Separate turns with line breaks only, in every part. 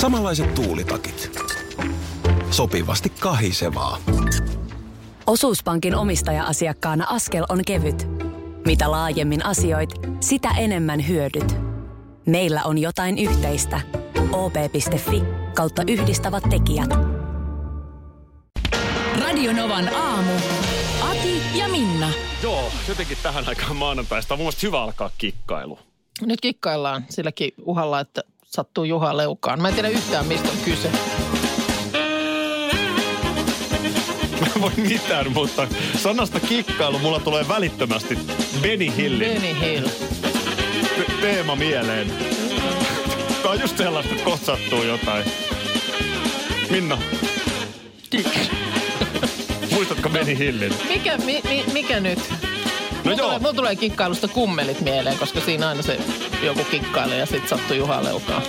Samanlaiset tuulitakit. Sopivasti kahisevaa.
Osuuspankin omistaja-asiakkaana askel on kevyt. Mitä laajemmin asioit, sitä enemmän hyödyt. Meillä on jotain yhteistä. op.fi kautta yhdistävät tekijät.
Radionovan aamu. Ati ja Minna.
Joo, jotenkin tähän aikaan maanantaista on mun mielestä hyvä alkaa kikkailu.
Nyt kikkaillaan silläkin uhalla, että sattuu Juha leukaan. Mä en tiedä yhtään, mistä on kyse.
Mä en voi mitään, mutta sanasta kikkailu mulla tulee välittömästi Benny Hillin
Benny Hill.
te- teema mieleen. Tää on just sellaista, että kohta sattuu jotain. Minna, muistatko Benny Hillin?
Mikä, mi, mi, mikä nyt?
No
mulla,
joo,
Tulee, mulla tulee kikkailusta kummelit mieleen, koska siinä aina se joku kikkailee ja sit sattuu Juha leukaan.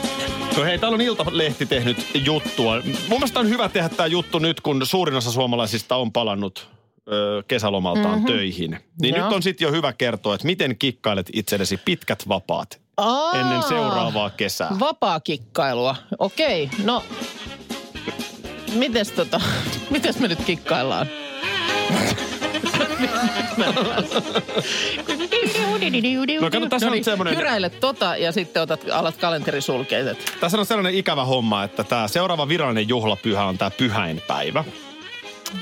no hei, täällä on Iltalehti tehnyt juttua. Mun mielestä on hyvä tehdä tämä juttu nyt, kun suurin osa suomalaisista on palannut ö, kesälomaltaan mm-hmm. töihin. Niin
Mhm. Joo.
nyt on sitten jo hyvä kertoa, että miten kikkailet itsellesi pitkät vapaat
Aa,
ennen seuraavaa kesää.
Vapaa kikkailua. Okei, no... Mites tota, mites me nyt kikkaillaan?
No kato, tässä on nyt semmoinen-
niin, Hyräile tota ja sitten otat, alat kalenterisulkeiset.
Tässä on sellainen ikävä homma, että tämä seuraava virallinen juhlapyhä on tämä pyhäinpäivä, Joo.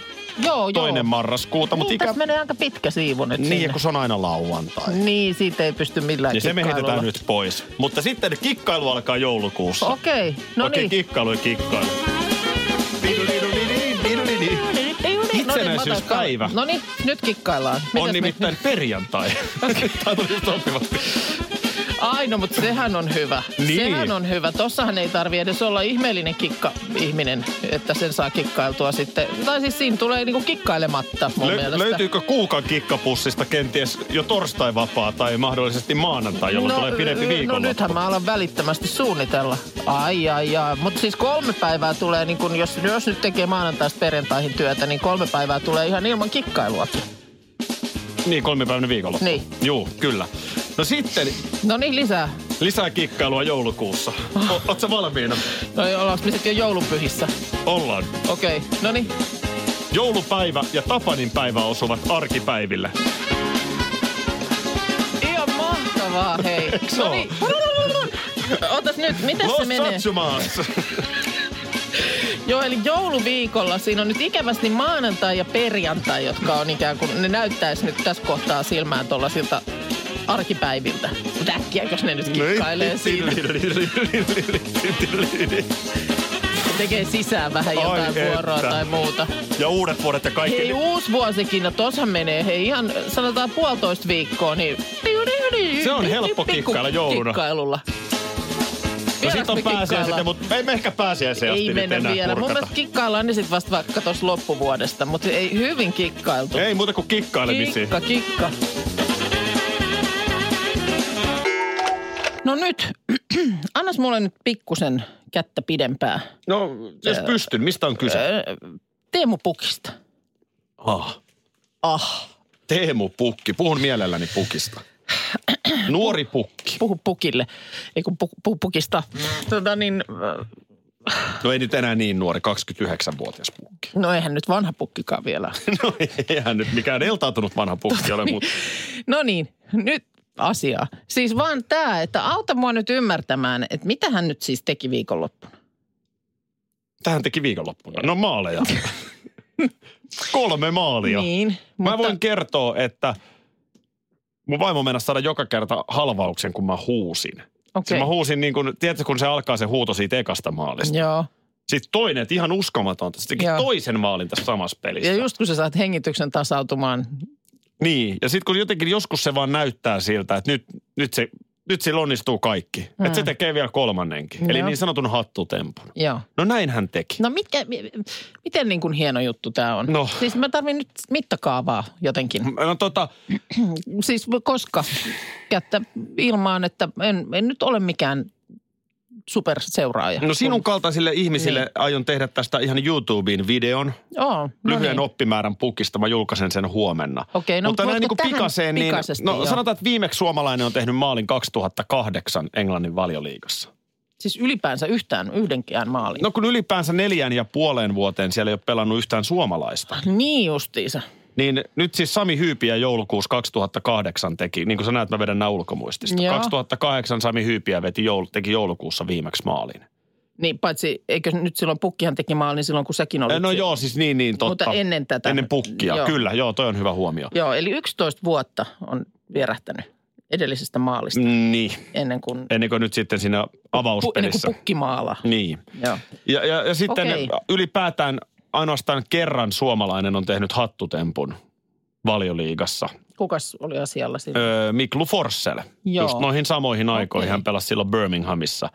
Joo, joo.
toinen marraskuuta, mutta
Niin,
ikä...
tässä menee aika pitkä siivu nyt
Niin, ja
sinne.
kun se on aina lauantai. Niin,
Niin, siitä ei pysty millään
niin se me
kikkailulla.
heitetään nyt pois. Mutta sitten kikkailu alkaa joulukuussa.
Okei, okay, no
Okei,
niin.
kikkailu ja kikkailu.
niin,
Itsenäisyyspäivä.
No niin, nyt kikkaillaan. Mitäs
On nimittäin perjantai. Tämä tuli sopivasti.
Me... Ai no, mutta sehän on hyvä.
Niin.
Sehän on hyvä. Tossahan ei tarvi edes olla ihmeellinen kikka-ihminen, että sen saa kikkailtua sitten. Tai siis siinä tulee niinku kikkailematta mun
Lö-
mielestä.
löytyykö kuukan kikkapussista kenties jo torstai vapaa tai mahdollisesti maanantai, jolloin tulee pidempi
No
viikolla?
nythän mä alan välittömästi suunnitella. Ai, ai, ai. Mutta siis kolme päivää tulee, niin kun jos, jos nyt tekee maanantaista perjantaihin työtä, niin kolme päivää tulee ihan ilman kikkailuakin.
Niin, kolmipäiväinen viikolla.
Niin.
Juu, kyllä. No sitten
No niin, lisää.
lisää kikkailua joulukuussa. O- Ootsä valmiina?
No ollaanko me sitten jo joulupyhissä?
Ollaan.
Okei, no niin.
Joulupäivä ja Tapanin päivä osuvat arkipäiville.
Ihan mahtavaa, hei.
Eiks
No niin. Otas nyt, miten se
Los
menee?
Satsumaas!
Joo, eli jouluviikolla siinä on nyt ikävästi maanantai ja perjantai, jotka on ikään kuin, ne näyttäisi nyt tässä kohtaa silmään tuollaisilta arkipäiviltä. Mutta äkkiäkös ne nyt
Niin.
kikkailee siinä, tekee sisään vähän
Ai
jotain vuoroa
että.
tai muuta.
Ja uudet vuodet ja kaikki.
Hei, uusi vuosikin, no tossahan menee, hei ihan sanotaan puolitoista viikkoa, niin...
Se on helppo
Pikku
kikkailla jouluna.
Kikkailulla.
no
Vieläkö
sit on
me
pääsiäiset,
kikkaillaan?
ja- mutta ei me ehkä pääsiäiseen asti
Ei
nyt
mennä
enää
vielä. Mun
kurkata.
mielestä kikkaillaan ne sit vasta vaikka tuossa loppuvuodesta, mutta ei hyvin kikkailtu.
Ei muuta kuin kikkailemisiin.
Kikka, kikka. No nyt, annas mulle nyt pikkusen kättä pidempää.
No, jos pystyn, mistä on kyse?
Öö, Teemu Pukista.
Äh. Ah.
Ah,
Teemu Pukki. Puhun mielelläni Pukista. Nuori Pukki.
puhu Pukille. Ei kun pu, puhu Pukista. Tota niin, öö,
No ei nyt enää niin nuori, 29-vuotias Pukki.
no eihän nyt vanha Pukkikaan vielä.
No eihän nyt mikään eltautunut vanha Pukki ole, mutta
No niin, nyt asiaa. Siis vaan tämä, että auta mua nyt ymmärtämään, että mitä hän nyt siis teki viikonloppuna.
tähän teki viikonloppuna. No maaleja. Kolme maalia.
Niin,
Mä
mutta
voin kertoa, että mun vaimo mennä saada joka kerta halvauksen, kun mä huusin.
okei.
Siis mä huusin niin kuin, tiedätkö, kun se alkaa se huuto siitä ekasta maalista.
Joo.
Sitten toinen, että ihan uskomatonta. Sitten teki
Joo.
toisen maalin tässä samassa pelissä.
Ja just kun sä saat hengityksen tasautumaan.
Niin, ja sitten kun jotenkin joskus se vaan näyttää siltä, että nyt, nyt, se, nyt sillä onnistuu kaikki. Mm. Että se tekee vielä kolmannenkin. Eli
Joo.
niin sanotun hattutempun.
Joo.
No näin hän teki.
No mitkä, mi- miten niin kuin hieno juttu tämä on?
No.
Siis mä tarvin nyt mittakaavaa jotenkin.
No, no tota,
Siis koska kättä ilmaan, että en, en nyt ole mikään superseuraaja.
no sinun kaltaisille ihmisille niin. aion tehdä tästä ihan YouTubeen videon.
Joo, no
lyhyen
niin.
niin. oppimäärän pukista. Mä julkaisen sen huomenna.
Okei, no
Mutta näin
voitko
niin
tähän
pikaseen, niin,
pikaisesti,
no
joo.
sanotaan, että viimeksi suomalainen on tehnyt maalin 2008 Englannin valioliigassa.
Siis ylipäänsä yhtään yhdenkään maalin.
No kun ylipäänsä neljän ja puoleen vuoteen siellä ei ole pelannut yhtään suomalaista.
Niin justiinsa.
Niin nyt siis Sami Hyypiä joulukuussa 2008 teki, niin kuin sä näet, mä vedän nää ulkomuistista.
Joo.
2008 Sami Hyypiä veti joul, teki joulukuussa viimeksi maalin.
Niin paitsi, eikö nyt silloin pukkihan teki maalin silloin, kun säkin olit
No
siellä.
joo, siis niin, niin, totta.
Mutta ennen tätä.
Ennen pukkia,
Joo.
joo. kyllä, joo, toi on hyvä huomio.
Joo, eli 11 vuotta on vierähtänyt edellisestä maalista mm.
Niin,
ennen kuin,
ennen kuin nyt sitten siinä
pu, ennen kuin
avauspelissä.
pukki maalaa.
Niin.
Joo.
Ja, ja, ja sitten
Okei.
okay. ylipäätään ainoastaan kerran suomalainen on tehnyt hattutempun valioliigassa.
Kukas oli asialla siinä?
Öö, Miklu Forssell.
Joo.
Just noihin samoihin aikoihin
Okei.
hän pelasi silloin Birminghamissa.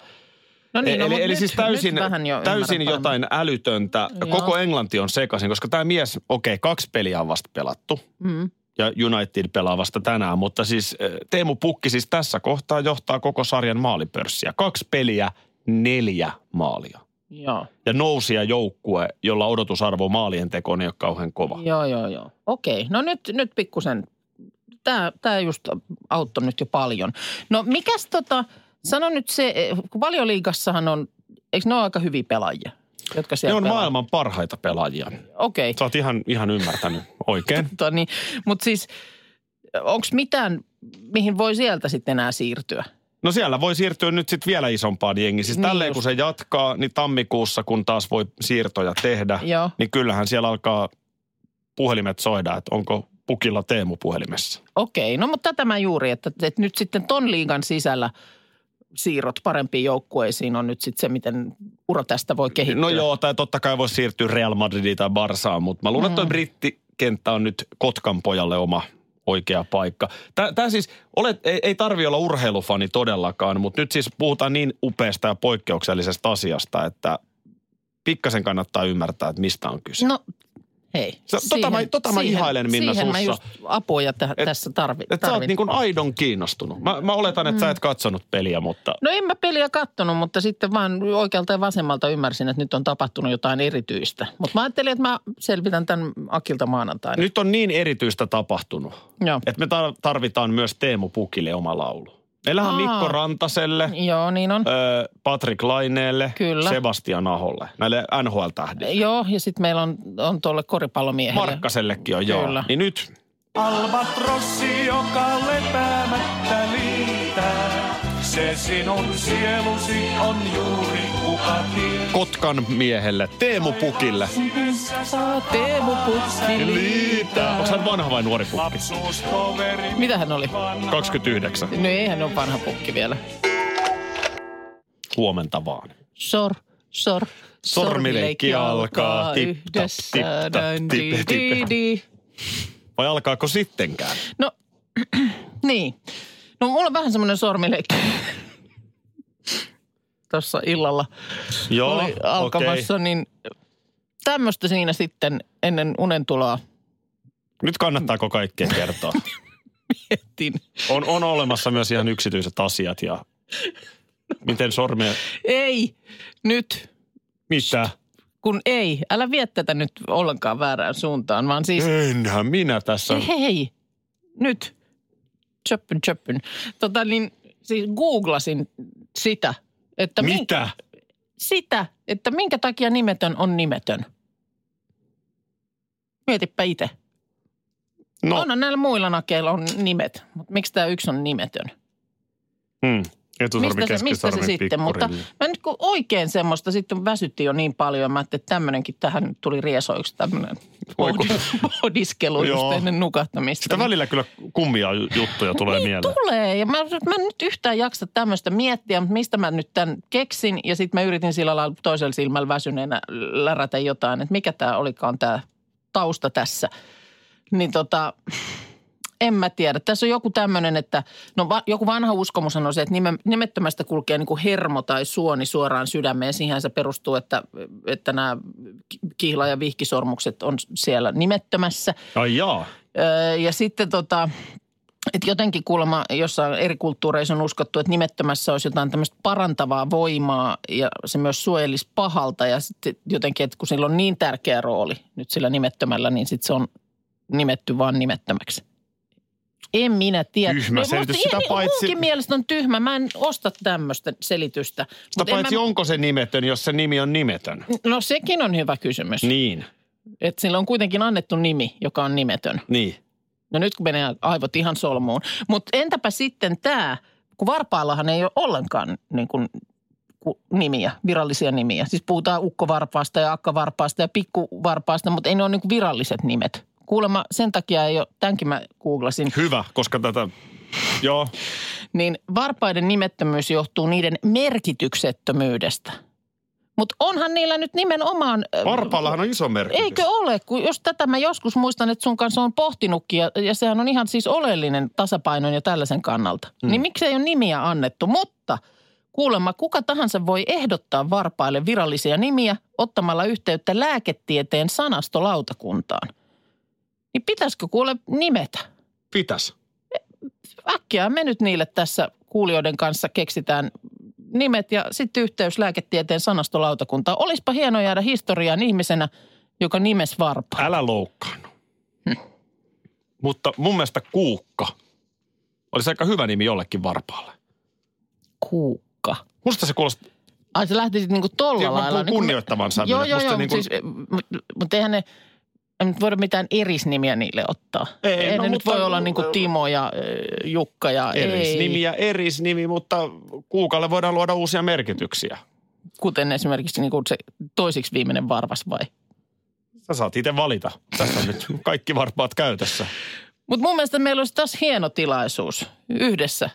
no niin, no,
eli
mut
eli
nyt,
siis täysin,
nyt vähän jo
täysin
ymmärrän
jotain älytöntä.
Joo.
Joo. Koko Englanti on sekaisin, koska tämä mies, okei, okay, kaksi peliä on vasta pelattu.
paremmin. Mm.
Ja United pelaa vasta tänään, mutta siis ö, Teemu Pukki siis tässä kohtaa johtaa koko sarjan maalipörssiä. Kaksi peliä, neljä maalia.
Joo,
Ja nousija joukkue, jolla odotusarvo maalien tekoon ei ole kauhean kova.
joo, joo, joo. Okei, no nyt, nyt pikkusen. Tämä, tämä just auttoi nyt jo paljon. No mikäs tota, sano nyt se, kun valioliigassahan on, eikö ne ole aika hyviä pelaajia, jotka
Ne
siellä
on
pelaa?
maailman parhaita pelaajia.
Okei.
Sä oot ihan, ihan ymmärtänyt oikein.
Tota, niin, mutta siis onko mitään, mihin voi sieltä sitten enää siirtyä?
No siellä voi siirtyä nyt sitten vielä isompaan jengiin. Siis
Niin
tälleen
just.
kun se jatkaa, niin tammikuussa kun taas voi siirtoja tehdä,
Joo.
niin kyllähän siellä alkaa puhelimet soida, että onko pukilla Teemu puhelimessa.
Okei, no mutta tätä mä juuri, että, että nyt sitten ton liigan sisällä siirrot parempiin joukkueisiin on nyt sitten se, miten ura tästä voi kehittyä.
No joo, tai totta kai voi siirtyä Real Madridiin tai Barsaan, mutta mä luulen, että toi brittikenttä on nyt Kotkan pojalle oma oikea paikka. Tämä siis, olet, ei, ei tarvi olla urheilufani todellakaan, mutta nyt siis puhutaan niin upeasta ja poikkeuksellisesta asiasta, että pikkasen kannattaa ymmärtää, että mistä on kyse.
No hei.
Se- tota mä- tota mä ihailen, Minna,
siihen mä
sussa.
just apuja tä-
Et-
tässä tarvi,
Et sä oot
tarvin.
niin kuin aidon kiinnostunut. Mä, mä oletan, että mm. sä et katsonut peliä, mutta
No en mä peliä kattonut, mutta sitten vaan oikealta ja vasemmalta ymmärsin, että nyt on tapahtunut jotain erityistä. Mutta mä ajattelin, että mä selvitän tämän Akilta maanantaina.
nyt on niin erityistä tapahtunut,
Joo.
että me tar- tarvitaan myös Teemu Pukille oma laulu. Meillähän on
Aa.
Mikko Rantaselle,
Joo, niin on.
ö, Patrik Laineelle,
Kyllä.
Sebastian Aholle, näille NHL-tähdille.
Joo, ja sitten meillä on, on tuolle koripallomiehelle.
Markkasellekin on
Kyllä.
joo. Niin nyt.
Albatrossi, joka lepäämättä liitää. Se sinun sielusi on juuri kuka tietää.
Kotkan miehelle, Teemu Pukille.
Missä saat
Teemu Putki liitää.
Onko hän vanha vai nuori pukki?
lapsuustoveri?
Mitä hän oli?
29.
No eihän ole vanha pukki vielä.
Huomenta vaan.
Sor, sor,
Sormileikki alkaa. Tip, tap,
yhdessä.
tip, tap,
Dun,
tip,
di,
tip,
di,
tip.
di.
Vai alkaako sittenkään?
No, niin. No mulla on vähän semmoinen sormileikki. Tuossa illalla
Joo,
oli alkamassa, niin tämmöistä siinä sitten ennen unen tuloa
Nyt kannattaako kaikkea kertoa?
etsin.
On, on olemassa myös ihan yksityiset asiat ja miten sormea...
Ei, nyt
Mitä?
kun ei. Älä vie tätä nyt ollenkaan väärään suuntaan, vaan siis
Enhän minä tässä...
hei, nyt. Chöppyn, chöppyn. Tota niin, siis googlasin sitä, että, min-
Mitä?
sitä, että minkä takia nimetön on nimetön. Mietipä itse. No.
No,
Onhan näillä muilla nakeilla on nimet, mutta miksi tämä yksi on nimetön?
mm. etusormi,
mistä se, mistä se
keskisormi,
sitten? Mutta
pikkurilli.
mä nyt kun oikein semmoista, sitten väsytti jo niin paljon, ja mä ajattelin, että tämmöinenkin tähän nyt tuli riesoiksi tämmöinen
Voi kun-
pohdiskelu just
Joo.
ennen nukahtamista.
Sitä välillä kyllä kummia ju- juttuja tulee
niin
mieleen.
tulee. Ja mä, mä en nyt yhtään jaksa tämmöistä miettiä, mutta mistä mä nyt tämän keksin. Ja sitten mä yritin sillä lailla toisella silmällä väsyneenä lärätä jotain, että mikä tämä olikaan tämä tausta tässä. Niin tota, en mä tiedä. Tässä on joku tämmöinen, että no va, joku vanha uskomus on se, että nime, nimettömästä kulkee niin kuin hermo tai suoni suoraan sydämeen. Siihen se perustuu, että, että nämä ki- kihla- ja vihkisormukset on siellä nimettömässä.
Ai jaa.
Öö, ja sitten tota, että jotenkin kuulemma jossain eri kulttuureissa on uskottu, että nimettömässä olisi jotain tämmöistä parantavaa voimaa ja se myös suojelisi pahalta. Ja sitten jotenkin, että kun sillä on niin tärkeä rooli nyt sillä nimettömällä, niin sitten se on nimetty vaan nimettömäksi. En minä tiedä.
Tyhmä
No,
selitys,
musta-
sitä
niin,
paitsi-
Munkin mielestä on tyhmä. Mä en osta tämmöistä selitystä.
Sitä
Mut en
paitsi
mä-
onko se nimetön, jos se nimi on nimetön?
No sekin on hyvä kysymys. Niin.
Niin,
Että sillä on kuitenkin annettu nimi, joka on nimetön.
niin.
No nyt kun menee aivot ihan solmuun. Mutta entäpä sitten tämä, kun varpaallahan ei ole ollenkaan niin kuin, ku- nimiä, virallisia nimiä. Siis puhutaan ukkovarpaasta ja akkavarpaasta ja pikkuvarpaasta, mutta ei ne ole niin kuin viralliset nimet. Kuulemma sen takia ei ole, tämänkin mä googlasin,
Hyvä, koska tätä... Joo,
niin varpaiden nimettömyys johtuu niiden merkityksettömyydestä. Mutta onhan niillä nyt nimenomaan... ö,
varpaallahan on iso merkitys.
Eikö ole? Kun jos tätä mä joskus muistan, että sun kanssa on pohtinutkin ja, ja sehän on ihan siis oleellinen tasapainon ja tällaisen kannalta. Mm. Niin miksei ole nimiä annettu? Mutta kuulemma kuka tahansa voi ehdottaa varpaille virallisia nimiä ottamalla yhteyttä lääketieteen sanastolautakuntaan. Niin pitäisikö kuule nimetä?
Pitäs.
Äkkiä me nyt niille tässä kuulijoiden kanssa keksitään nimet ja sitten yhteys lääketieteen sanastolautakuntaan. Olispa hieno jäädä historiaan ihmisenä, joka nimes varpa.
Älä loukkaannu. Mutta mun mielestä Kuukka olisi aika hyvä nimi jollekin varpaalle.
kuukka.
Musta se kuulostaa...
Ai se lähti sitten niinku tolla
Joo, Siis mä
lailla.
puhun
niinku-
kunnioittavansa
Joo,
nyt.
joo,
Musta
joo.
niinku-
Niinku... Siis, mutta mut eihän ne, en nyt voida mitään erisnimiä niille ottaa.
Ei,
ei
no
ne nyt
mutta-
voi olla niinku Timo ja äh, Jukka ja ei,
Erisnimi ja erisnimi, mutta Kuukalle voidaan luoda uusia merkityksiä.
Kuten esimerkiksi niinku se toisiksi viimeinen varvas vai?
Sä saat itse valita. Tässä on nyt kaikki varpaat käytössä.
Mutta mun mielestä meillä olisi taas hieno tilaisuus yhdessä,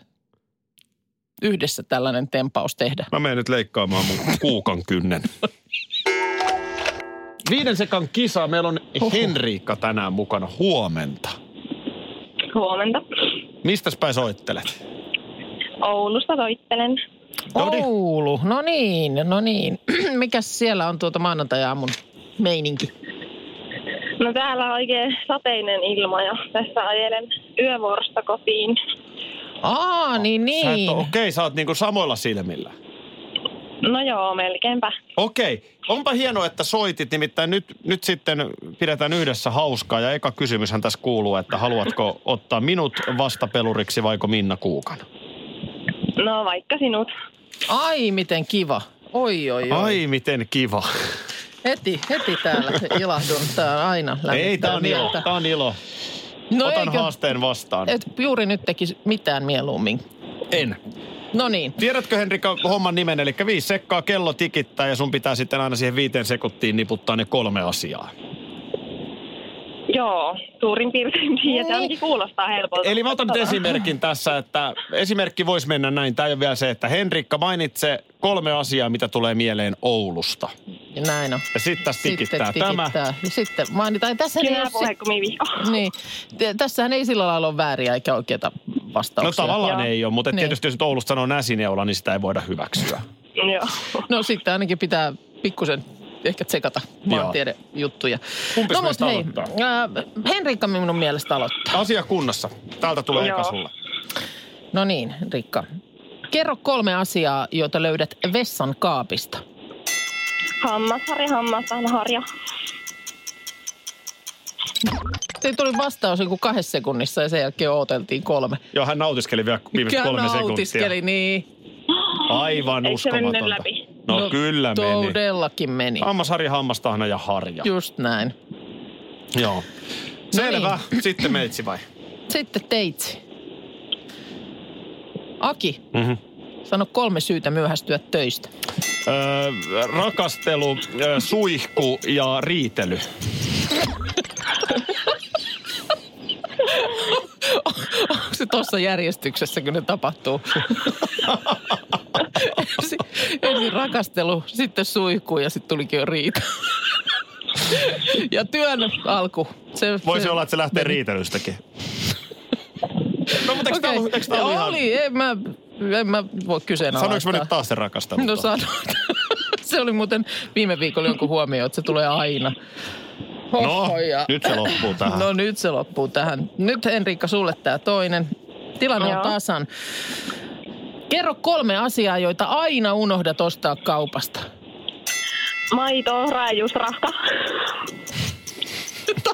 yhdessä tällainen tempaus tehdä.
Mä menen nyt leikkaamaan mun kuukan kynnen. Viiden sekan kisa. Meillä on Henriikka tänään mukana. Huomenta.
Huomenta.
Mistäs päin soittelet?
Oulusta soittelen.
No niin.
Oulu, no niin, no niin. Mikäs siellä on tuota maanantai-aamun meininki?
No täällä on oikein sateinen ilma ja tässä ajelen yövuorosta kotiin.
Aa, niin
No, Sä et
niin.
oo- Okei, sä oot niinku samoilla silmillä.
No joo, melkeinpä.
Okei, onpa hienoa, että soitit. Nimittäin nyt, nyt sitten pidetään yhdessä hauskaa. Ja eka kysymyshän tässä kuuluu, että haluatko ottaa minut vastapeluriksi vaiko Minna Kuukan?
No vaikka sinut.
Ai, miten kiva. Oi, oi, oi.
Ai miten kiva.
Heti, heti täällä ilahdun. Tää on aina
Ei,
lämmittää
tää on ilo.
mieltä.
Tää on ilo.
No
Otan
eikö?
haasteen vastaan.
Et juuri nyt tekisi mitään mieluummin.
En.
No niin.
Tiedätkö Henrika homman nimen, eli viisi sekkaa kello tikittää ja sun pitää sitten aina siihen viiteen sekuntiin niputtaa ne kolme asiaa.
Joo, suurin piirtein tiedä. Se onkin kuulostaa helpolta.
Eli mä otan nyt esimerkin tässä, että esimerkki voisi mennä näin. Tämä ei ole vielä se, että Henrikka mainitse kolme asiaa, mitä tulee mieleen Oulusta.
Ja näin on.
Ja sitten tässä tikittää,
Sitten
tämä.
tikittää. Ja sitten mainitaan. Tässä ei
Sinä
ole...
puhe
si-
kuin vihko.
Niin. Te- Tässähän ei sillä lailla ole vääriä eikä oikeita
No
vastauksia.
tavallaan
Joo.
ei ole, mutta niin.
Niin.
tietysti jos nyt Oulusta sanoo näsineula, niin sitä ei voida hyväksyä.
Joo.
No sitten ainakin pitää pikkusen ehkä tsekata maantiedejuttuja.
Kumpis
no, mut
meistä
hei,
aloittaa?
äh, Henrikka minun mielestä aloittaa.
Asia kunnossa. Täältä tulee eka
Joo.
sulle.
No niin, Rikka. Kerro kolme asiaa, joita löydät vessan kaapista.
Hammasharja, hammasharja.
Se tuli vastaus joku kahdessa sekunnissa ja sen jälkeen ooteltiin kolme.
Joo, hän nautiskeli vielä viimeiset
Kyllä
kolme sekuntia.
nautiskeli, niin.
Aivan
Eikö se mennyt
uskomatonta.
läpi?
No, kyllä meni.
Todellakin meni.
Hammasharja, hammastahna ja harja.
Just näin.
Joo. niin. Selvä. Sitten meitsi vai?
Sitten teitsi. Aki,
Mhm.
sano kolme syytä myöhästyä töistä.
Öö, rakastelu, öö, suihku ja riitely.
Onko se tuossa järjestyksessä, kun ne tapahtuu? ensin, ensin rakastelu, sitten suihku ja sitten tulikin jo riita. ja työn alku. Se,
Voisi
se,
olla, että se lähtee riitelystäkin. No, mutta eikö okay. tämä ollut, eikö tää ollut ihan...
Oli, en mä, en mä voi kyseenalaistaa.
Sanoinko mä nyt taas sen rakastelu?
No sanoit. se oli muuten viime viikolla jonkun huomio, että se tulee aina.
No,
Hoho, ja-
nyt se loppuu tähän.
No nyt se loppuu tähän. Nyt Henriikka, sulle tämä toinen. Tilanne on
Joo.
tasan. Kerro kolme asiaa, joita aina unohdat ostaa kaupasta.
Maito, raijuusrahka.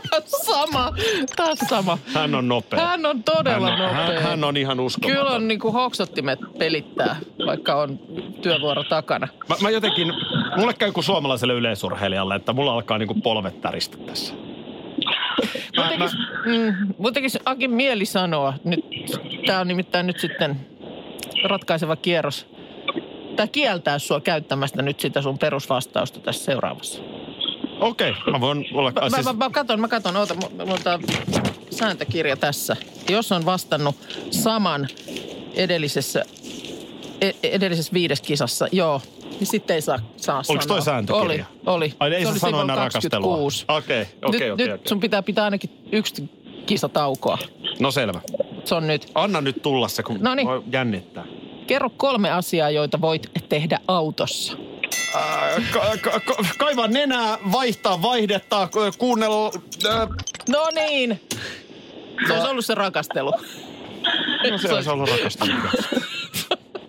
Taas sama, taas sama.
Hän on nopea.
no. Hän on todella
hän on,
nopea.
hän, hän on ihan uskomaton.
Kyllä on niinku hoksottimet pelittää, vaikka on työvuoro takana.
Mä, mä jotenkin, mulle käy kuin suomalaiselle yleisurheilijalle, että mulla alkaa niinku polvet täristä tässä. Mä, mä,
Muutenkin, mm, muutenkin Akin mieli sanoa, nyt, tää on nimittäin nyt sitten ratkaiseva kierros. Tää kieltää sua käyttämästä nyt sitä sun perusvastausta tässä seuraavassa.
Okei, okay, mä voin olla...
Mä,
Mä, siis,
mä, mä katon, mä katon, oota, mu- mulla on tää sääntökirja tässä. Jos on vastannut saman edellisessä, e- edellisessä viides kisassa, joo, niin sitten ei saa, saa
Oliko toi
sanoa.
sääntökirja?
Oli, oli.
Ai, ei
se
sä
oli
sano
sivulla
enää rakastelua.
26.
Okei,
nyt,
okei, okei.
nyt
okei.
sun pitää pitää ainakin yksi kisataukoa.
No selvä.
Se on nyt.
Anna nyt tulla se, kun
Noniin.
voi jännittää.
Kerro kolme asiaa, joita voit tehdä autossa.
Äh, ka- ka- ka- kaivaa nenää, vaihtaa vaihdetta, ku- kuunnella... Äh,
No niin. Se olisi ollut se rakastelu.
no se olisi ollut rakasta.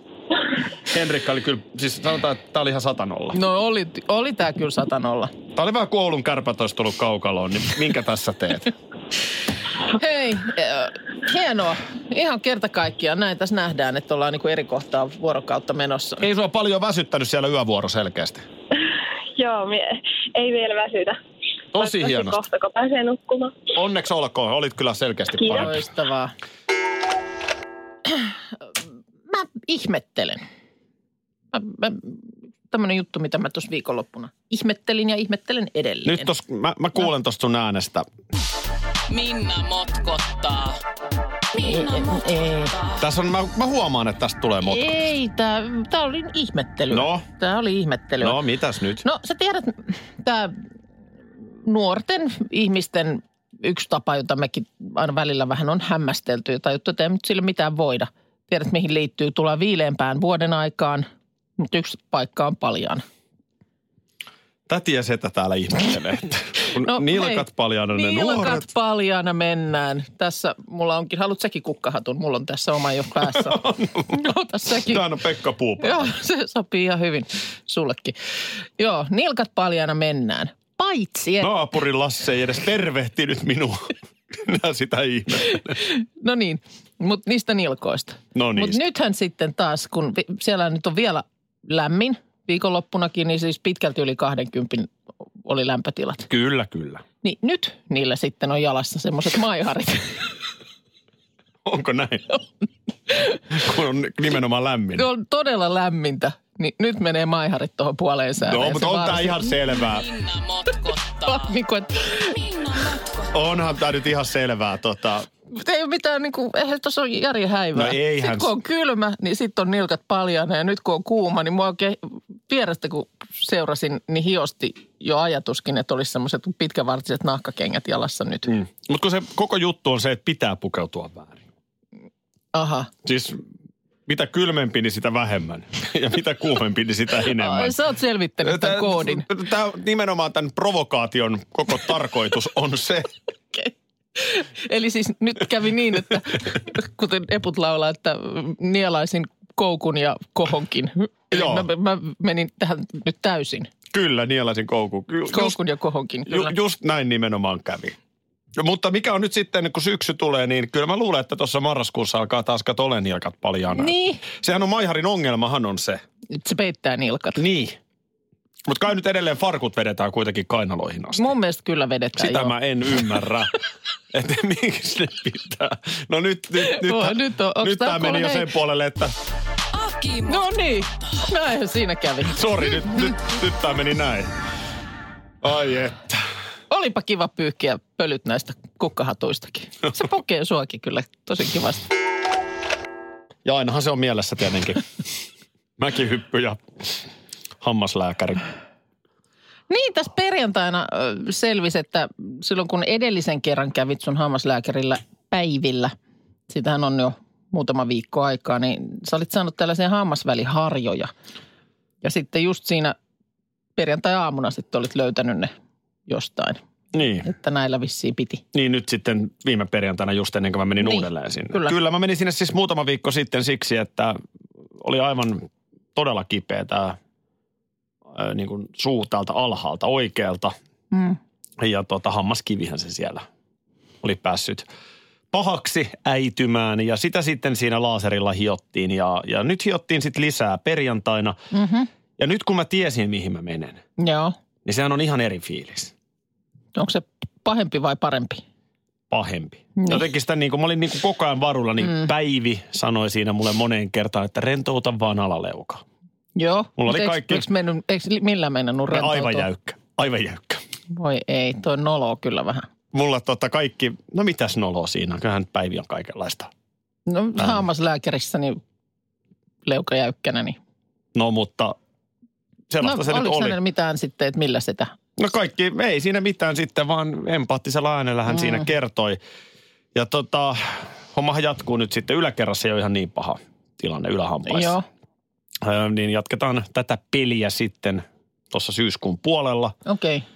Henrikka oli kyllä, siis sanotaan, että tää oli ihan satanolla.
No oli, oli tää kyllä satanolla.
Tää oli vähän kuin Oulun kärpät olisi tullut kaukaloon, niin minkä tässä teet?
Hei, äh, hienoa. Ihan kerta kaikkiaan näin tässä nähdään, että ollaan niinku eri kohtaa vuorokautta menossa.
Ei sua paljon väsyttänyt siellä yövuoro selkeästi.
Joo, mie, ei vielä väsytä.
Tosi
Toivottavasti
hienosti.
Kohta, kun pääsee nukkumaan.
Onneksi olkoon, olit kyllä selkeästi
Kiitos.
parempi.
Loistavaa. Mä ihmettelen. Mä, mä, tämmönen juttu, mitä mä tuossa viikonloppuna ihmettelin ja ihmettelen edelleen.
Nyt tos, mä, mä
No.
kuulen tosta sun äänestä.
Minna motkottaa.
ei, ei, ei,
Tässä on, mä, mä huomaan, että tästä tulee mot.
ei tää, tää oli ihmettely.
No.
Tää oli ihmettely.
No, mitäs nyt?
No sä tiedät, tämä nuorten ihmisten yksi tapa, jota mekin aina välillä vähän on hämmästelty, jota juttu, että ei nyt sille mitään voida. Tiedät, mihin liittyy, tulee viileämpään vuoden aikaan, mutta yksi paikka on paljon.
Täti ja setä täällä ihmettelee, että kun
No,
no, nilkat
hei.
paljana ne
Nilkat
nuoret.
paljana mennään. Tässä mulla onkin, haluat säkin kukkahatun? Mulla on tässä oma jo päässä. Ota säkin.
Tämä No, on Pekka Puupa.
Joo, se sopii ihan hyvin sullekin. Joo, nilkat paljana mennään. Paitsi,
No.
että...
Naapurin Lasse ei edes tervehtinyt minua. Minä sitä ihmettelen.
No niin, mutta niistä nilkoista.
No
Mutta
niistä.
nythän sitten taas, kun vi- siellä nyt on vielä lämmin viikonloppunakin, niin siis pitkälti yli 20 oli lämpötilat.
Kyllä, kyllä.
Niin nyt niillä sitten on jalassa semmoiset maiharit.
Onko näin?
No.
kun on nimenomaan lämmin.
Kun on todella lämmintä, niin nyt menee maiharit tuohon puoleen säälle.
No,
Ja
mutta
se
on tää
vaarasi-
ihan selvää.
Minna motkottaa.
On, niin kuin, että,
Minna motkottaa.
Onhan tää nyt ihan selvää. Tota,
mutta ei ole mitään, niin kuin, eihän tuossa ole järjen häivää.
No eihän
Sitten kun
se-
on kylmä, niin sitten on nilkat paljana ja nyt kun on kuuma, niin mua oikein vierestä kun seurasin, niin hiosti jo ajatuskin, että olisi semmoiset pitkävartiset nahkakengät jalassa nyt. Mm.
Mutta kun se koko juttu on se, että pitää pukeutua väärin.
Aha.
Siis mitä kylmempi, niin sitä vähemmän. Ja mitä kuumempi, niin sitä enemmän.
Ai, sä oot selvittänyt tämän koodin.
Tämä nimenomaan tämän provokaation koko tarkoitus on se.
Eli siis nyt kävi niin, että kuten Eput laulaa, että nielaisin koukun ja kohonkin. Eli
Joo.
Mä, mä menin tähän nyt täysin.
Kyllä, nielasin koukun. Ju- Just,
Koukun ja kohonkin,
ju,
kyllä.
just näin nimenomaan kävi. No, Mutta mikä on nyt sitten, kun syksy tulee, niin kyllä mä luulen, että tuossa marraskuussa alkaa taas katolen nilkat paljaana.
Niin.
Sehän on maiharin ongelmahan on se.
Nyt se peittää nilkat.
Niin. Mutta kai nyt edelleen farkut vedetään kuitenkin kainaloihin asti.
Mun mielestä kyllä vedetään
Sitä
joo.
mä en ymmärrä. että miksi ne pitää. No nyt, nyt, nyt,
Voi, nyt on- onks
nyt
tää
tää meni jo
kuule, hei?
sen puolelle, että
Aki
No niin, näinhän siinä kävi.
sori, nyt, nyt, nyt tää meni näin. Ai että.
Olipa kiva pyyhkiä pölyt näistä kukkahatuistakin.
No.
Se pokee suakin kyllä tosi kivasti.
Ja ainahan se on mielessä tietenkin. Mäkihyppy ja hammaslääkäri.
Niin, tässä perjantaina ö, selvisi, että silloin kun edellisen kerran kävit sun hammaslääkärillä päivillä, sitähän on jo muutama viikko aikaa, niin sä olit saanut tällaisia hammasväliharjoja. Ja sitten just siinä perjantai-aamuna sitten olit löytänyt ne jostain,
Niin.
että näillä vissiin piti.
Niin nyt sitten viime perjantaina just ennen kuin mä menin
Niin,
niin, uudelleen sinne.
kyllä.
kyllä mä menin sinne siis muutama viikko sitten siksi, että oli aivan todella kipeä tämä niin kuin suu täältä alhaalta oikealta.
Mm.
Ja tota, hammaskivihän se siellä oli päässyt pahaksi äitymään ja sitä sitten siinä laaserilla hiottiin ja, ja nyt hiottiin sitten lisää perjantaina.
Mm-hmm.
Ja nyt kun mä tiesin, mihin mä menen,
Joo.
niin sehän on ihan eri fiilis.
Onko se pahempi vai parempi?
Pahempi.
Niin.
Jotenkin sitä niin kuin, mä olin niin kuin koko ajan varulla, niin mm. Päivi sanoi siinä mulle moneen kertaan, että rentouta vaan alaleuka.
Joo.
Mulla
Mut
oli kaikki-
Eikö, mennyt, eikö li- millään meinannut
Ja
rentoutua?
Aivan jäykkä, aivan jäykkä.
Voi ei, toi noloo kyllä vähän.
Mulla tota kaikki, no mitäs noloa siinä, kyllähän Päivi on kaikenlaista.
No hammaslääkärissä niin leuka jäykkänä, niin.
No mutta
No
sellaista se nyt
oliko
oli.
hänellä mitään sitten, että millä sitä?
No kaikki, ei siinä mitään sitten, vaan empaattisella äänellä hän mm. siinä kertoi. Ja tota, hommahan jatkuu nyt sitten. Yläkerrassa ei ole ihan niin paha tilanne ylähampaissa.
Joo.
Ö, niin jatketaan tätä peliä sitten tuossa syyskuun puolella.
Okei. Okay.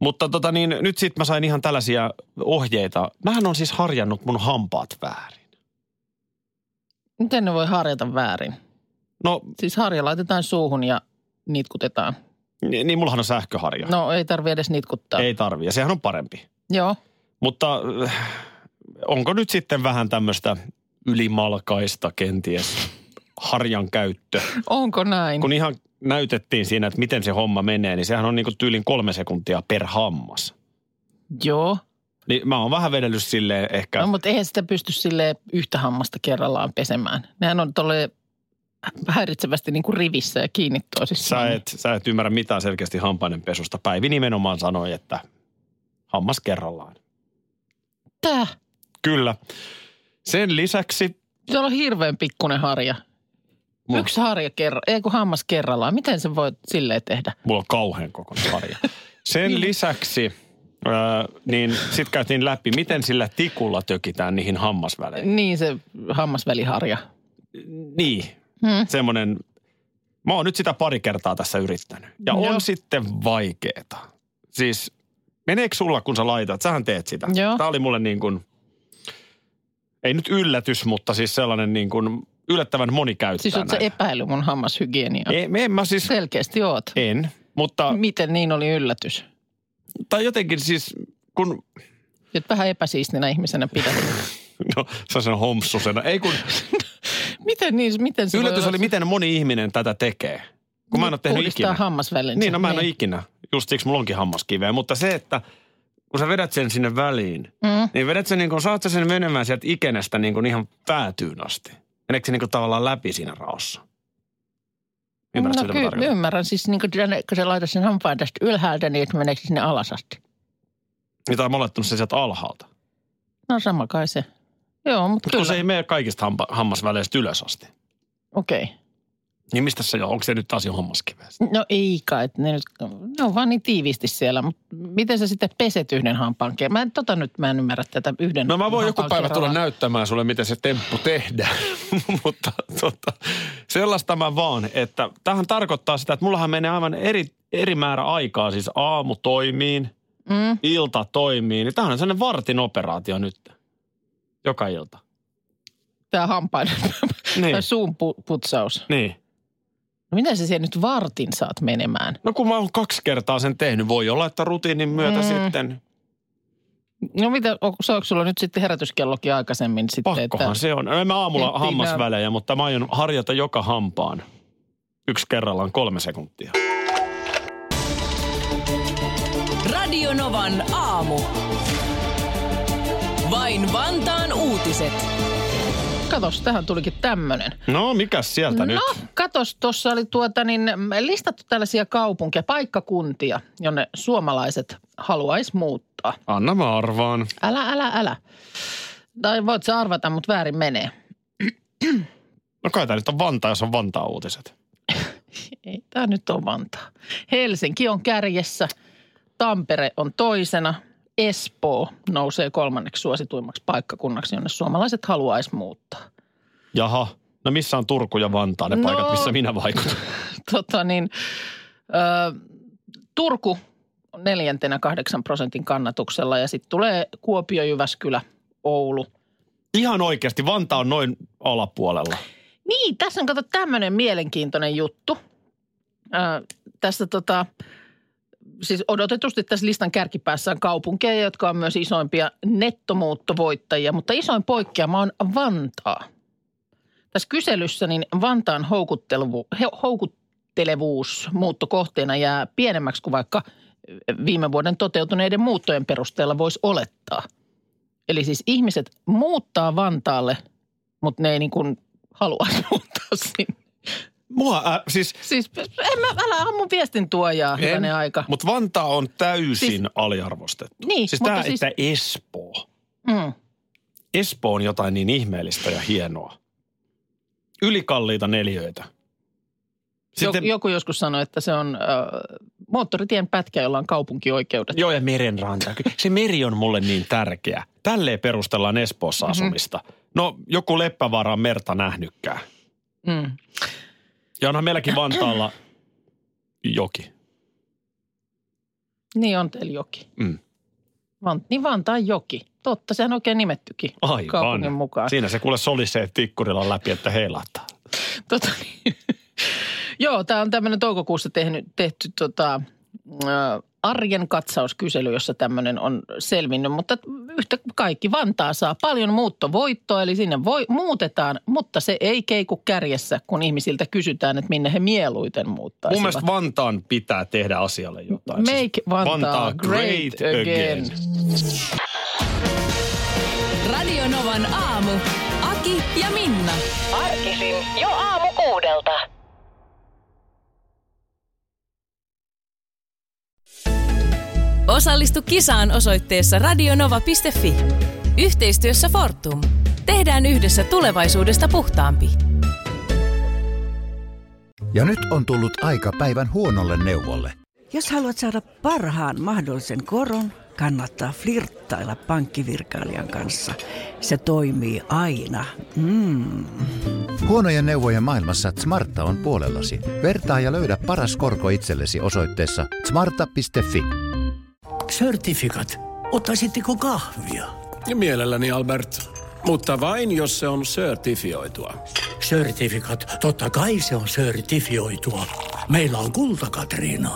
Mutta tota niin, nyt sitten mä sain ihan tällaisia ohjeita. Mähän on siis harjannut mun hampaat väärin.
Miten ne voi harjata väärin?
No,
Siis harja laitetaan suuhun ja nitkutetaan.
ni- niin mullahan on sähköharja.
No ei tarvi edes nitkuttaa.
Ei tarvii, ja sehän on parempi.
Joo.
Mutta äh, onko nyt sitten vähän tämmöistä ylimalkaista kenties harjan käyttö?
Onko näin?
Kun ihan näytettiin siinä, että miten se homma menee, niin sehän on niinku tyylin kolme sekuntia per hammas.
Joo.
Niin mä oon vähän vedellyt silleen ehkä.
No mutta eihän sitä pysty sille yhtä hammasta kerrallaan pesemään. Nehän on tuolle häiritsevästi niin kuin rivissä ja kiinni
Sä
toisissaan.
et, sä et ymmärrä mitään selkeästi hampaiden pesusta. Päivi nimenomaan sanoi, että hammas kerrallaan.
Tää.
Kyllä. Sen lisäksi...
Tuolla on hirveän pikkunen harja.
Mulla-
Yksi harja kerralla, ei kun hammas kerrallaan. Miten sä voit silleen tehdä?
Mulla on kauhean kokoinen harja.
Niin.
Sen lisäksi, öö, niin sit käytiin läpi, miten sillä tikulla tökitään niihin hammasväleihin.
Niin se hammasväliharja.
Niin, hmm. semmoinen, mä oon nyt sitä pari kertaa tässä yrittänyt. Ja Joo.
Joo.
on sitten vaikeeta. Siis, meneekö sulla, kun sä laitat? Sähän teet sitä.
Joo.
Tämä oli mulle niin kuin, ei nyt yllätys, mutta siis sellainen niin kuin yllättävän monikäyttäjä.
Siis oot sä epäily mun hammashygieniaa?
ei, me en mä siis,
Selkeästi oot.
en, mutta,
Miten niin oli yllätys?
tai jotenkin siis, kun
Nyt vähän epäsiistinä ihmisenä pidät.
No, sä sen homsusena. Ei kun,
miten niin, miten se voi
yllätys
olla-
oli, miten moni ihminen tätä tekee. Kun mä en ole tehnyt
Uudistaa
ikinä.
hammasvälinsä.
Niin, no mä en ole ikinä. Just siksi mulla onkin hammaskiveä. Mutta se, että kun sä vedät sen sinne väliin,
Mm.
niin vedät sen niin kuin, saat sä sen menemään sieltä ikenestä niin kuin ihan päätyyn asti. Meneekö se niin kuin tavallaan läpi siinä raossa? Ymmärrätkö, mitä
no
mä
kyllä,
tarkoitan?
ymmärrän. Siis niin kuin, kun sä laitat sen hampaan tästä ylhäältä, niin että meneekö se sinne alas asti.
Niin, tai mä oon laittanut sen sieltä alhaalta.
No sama kai se. Joo, mutta
Kyllä. Kun
kyllä.
se ei mene kaikista hampa, hammasväleistä ylös asti.
Okei.
Niin mistä se on? Onko se nyt taas jo hammaskiveä?
No ei kai, että ne, nyt, ne on vaan niin tiiviisti siellä. Mutta miten sä sitten peset yhden hampaan? ke- Mä en tota nyt, mä en ymmärrä tätä yhden
No mä voin joku
hampaan
päivä tulla
kerrallaan.
näyttämään sulle, miten se temppu tehdään. Mutta tota, sellaista mä vaan, että tähän tarkoittaa sitä, että mullahan menee aivan eri, eri määrä aikaa siis aamu toimiin,
Mm.
ilta toimiin. Niin tämähän on sellainen vartin operaatio nyt, joka ilta.
Tää hampaan,
Niin.
tai suun pu- putsaus.
Niin.
No Miten sä siellä nyt vartin saat menemään?
No kun mä oon kaksi kertaa sen tehnyt, voi olla, että rutiinin myötä
Mm.
mm. sitten.
No mitä, onko se- onko sulla nyt sitten herätyskellokin aikaisemmin sitten?
Pakkohan
että,
se on. No en mä aamulla
Miettii
hammasvälejä, mutta mä aion harjata joka hampaan. Yksi kerrallaan kolme sekuntia.
Radio Novan aamu. Vain Vantaan uutiset.
Katos, tähän tulikin tämmönen.
No, mikä sieltä nyt?
No, katos, tuossa oli tuota niin, mm, listattu tällaisia kaupunkeja, paikkakuntia, jonne suomalaiset haluaisi muuttaa.
Anna mä arvaan.
Älä, älä, älä. Tai voit sä arvata, mutta väärin menee.
No kai tää nyt on Vantaa, jos on Vantaa uutiset.
Ei tämä nyt ole Vantaa. Helsinki on kärjessä, Tampere on toisena, Espoo nousee kolmanneksi suosituimmaksi paikkakunnaksi, jonne suomalaiset haluaisi muuttaa.
Jaha. No missä on Turku ja Vantaa, ne
No.
no. paikat, missä minä vaikutan?
tota niin, ö, Turku on neljäntenä kahdeksan prosentin kannatuksella ja sitten tulee Kuopio, Jyväskylä, Oulu.
Ihan oikeasti, Vantaa on noin alapuolella.
Niin, tässä on kato tämmöinen mielenkiintoinen juttu. Ö, tässä tota, siis odotetusti tässä listan kärkipäässä on kaupunkeja, jotka on myös isoimpia nettomuuttovoittajia, mutta isoin poikkeama on Vantaa. Tässä kyselyssä niin Vantaan houkuttelevu, he- houkuttelevuus muuttokohteena jää pienemmäksi kuin vaikka viime vuoden toteutuneiden muuttojen perusteella voisi olettaa. Eli siis ihmiset muuttaa Vantaalle, mutta ne ei niin kuin halua muuttaa sinne.
Mua, äh, siis,
Siis en mä, älä ammu viestin tuojaa, hyvänen aika.
mutta Vantaa on täysin
Siis-
siis, aliarvostettu.
Niin,
siis
mutta
tämä,
siis-
että Espoo.
Mm.
Espoo on jotain niin ihmeellistä ja hienoa. Ylikalliita neljöitä.
Sitten... Joku joskus sanoi, että se on äh, moottoritien pätkä, jolla on kaupunkioikeudet.
Joo, ja merenranta. Ky- Se meri on mulle niin tärkeä. Tälleen perustellaan
Mhm.
Espoossa asumista. No, joku Leppävaara on merta nähnytkään.
Mm.
Ja onhan meilläkin Vantaalla joki.
Niin on teillä joki.
Mm.
Van, niin Vantaan joki. Totta, sehän on oikein nimettykin kaupungin
Aivan.
mukaan.
Siinä se kuule solisee tikkurilla läpi, että heilahtaa.
Tota, niin. Joo, tämä on tämmöinen toukokuussa tehnyt, tehty tota, ö, arjen katsauskysely, jossa tämmöinen on selvinnyt. Mutta yhtä kaikki Vantaa saa paljon muuttovoittoa, eli sinne voi, muutetaan, mutta se ei keiku kärjessä, kun ihmisiltä kysytään, että minne he mieluiten
Mun
muuttaisivat.
mielestä Vantaan pitää tehdä asialle jotain. Siis
Make Vantaa great again.
Radio Novan aamu. Aki ja Minna.
Arkisin jo aamu kuudelta. Osallistu kisaan osoitteessa radionova.fi. Yhteistyössä Fortum. Tehdään yhdessä tulevaisuudesta puhtaampi.
Ja nyt on tullut aika päivän huonolle neuvolle.
Jos haluat saada parhaan mahdollisen koron, kannattaa flirttailla pankkivirkailijan kanssa. Se toimii aina. Mm.
Huonojen neuvojen maailmassa Smarta on puolellasi. Vertaa ja löydä paras korko itsellesi osoitteessa smarta.fi.
Certificat. Ottaisitteko kahvia?
Mielelläni Albert, mutta vain jos se on sertifioitua.
Certificat. Totta kai se on sertifioitua. Meillä on kulta, Katriina.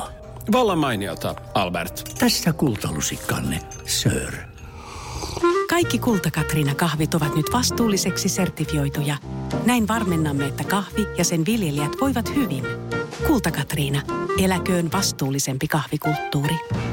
Vallan mainiota, Albert.
Tässä kultalusikkanne, Sir.
Kaikki Kulta-Katriina kahvit ovat nyt vastuulliseksi sertifioituja. Näin varmennamme, että kahvi ja sen viljelijät voivat hyvin. Kulta-Katriina, eläköön vastuullisempi kahvikulttuuri.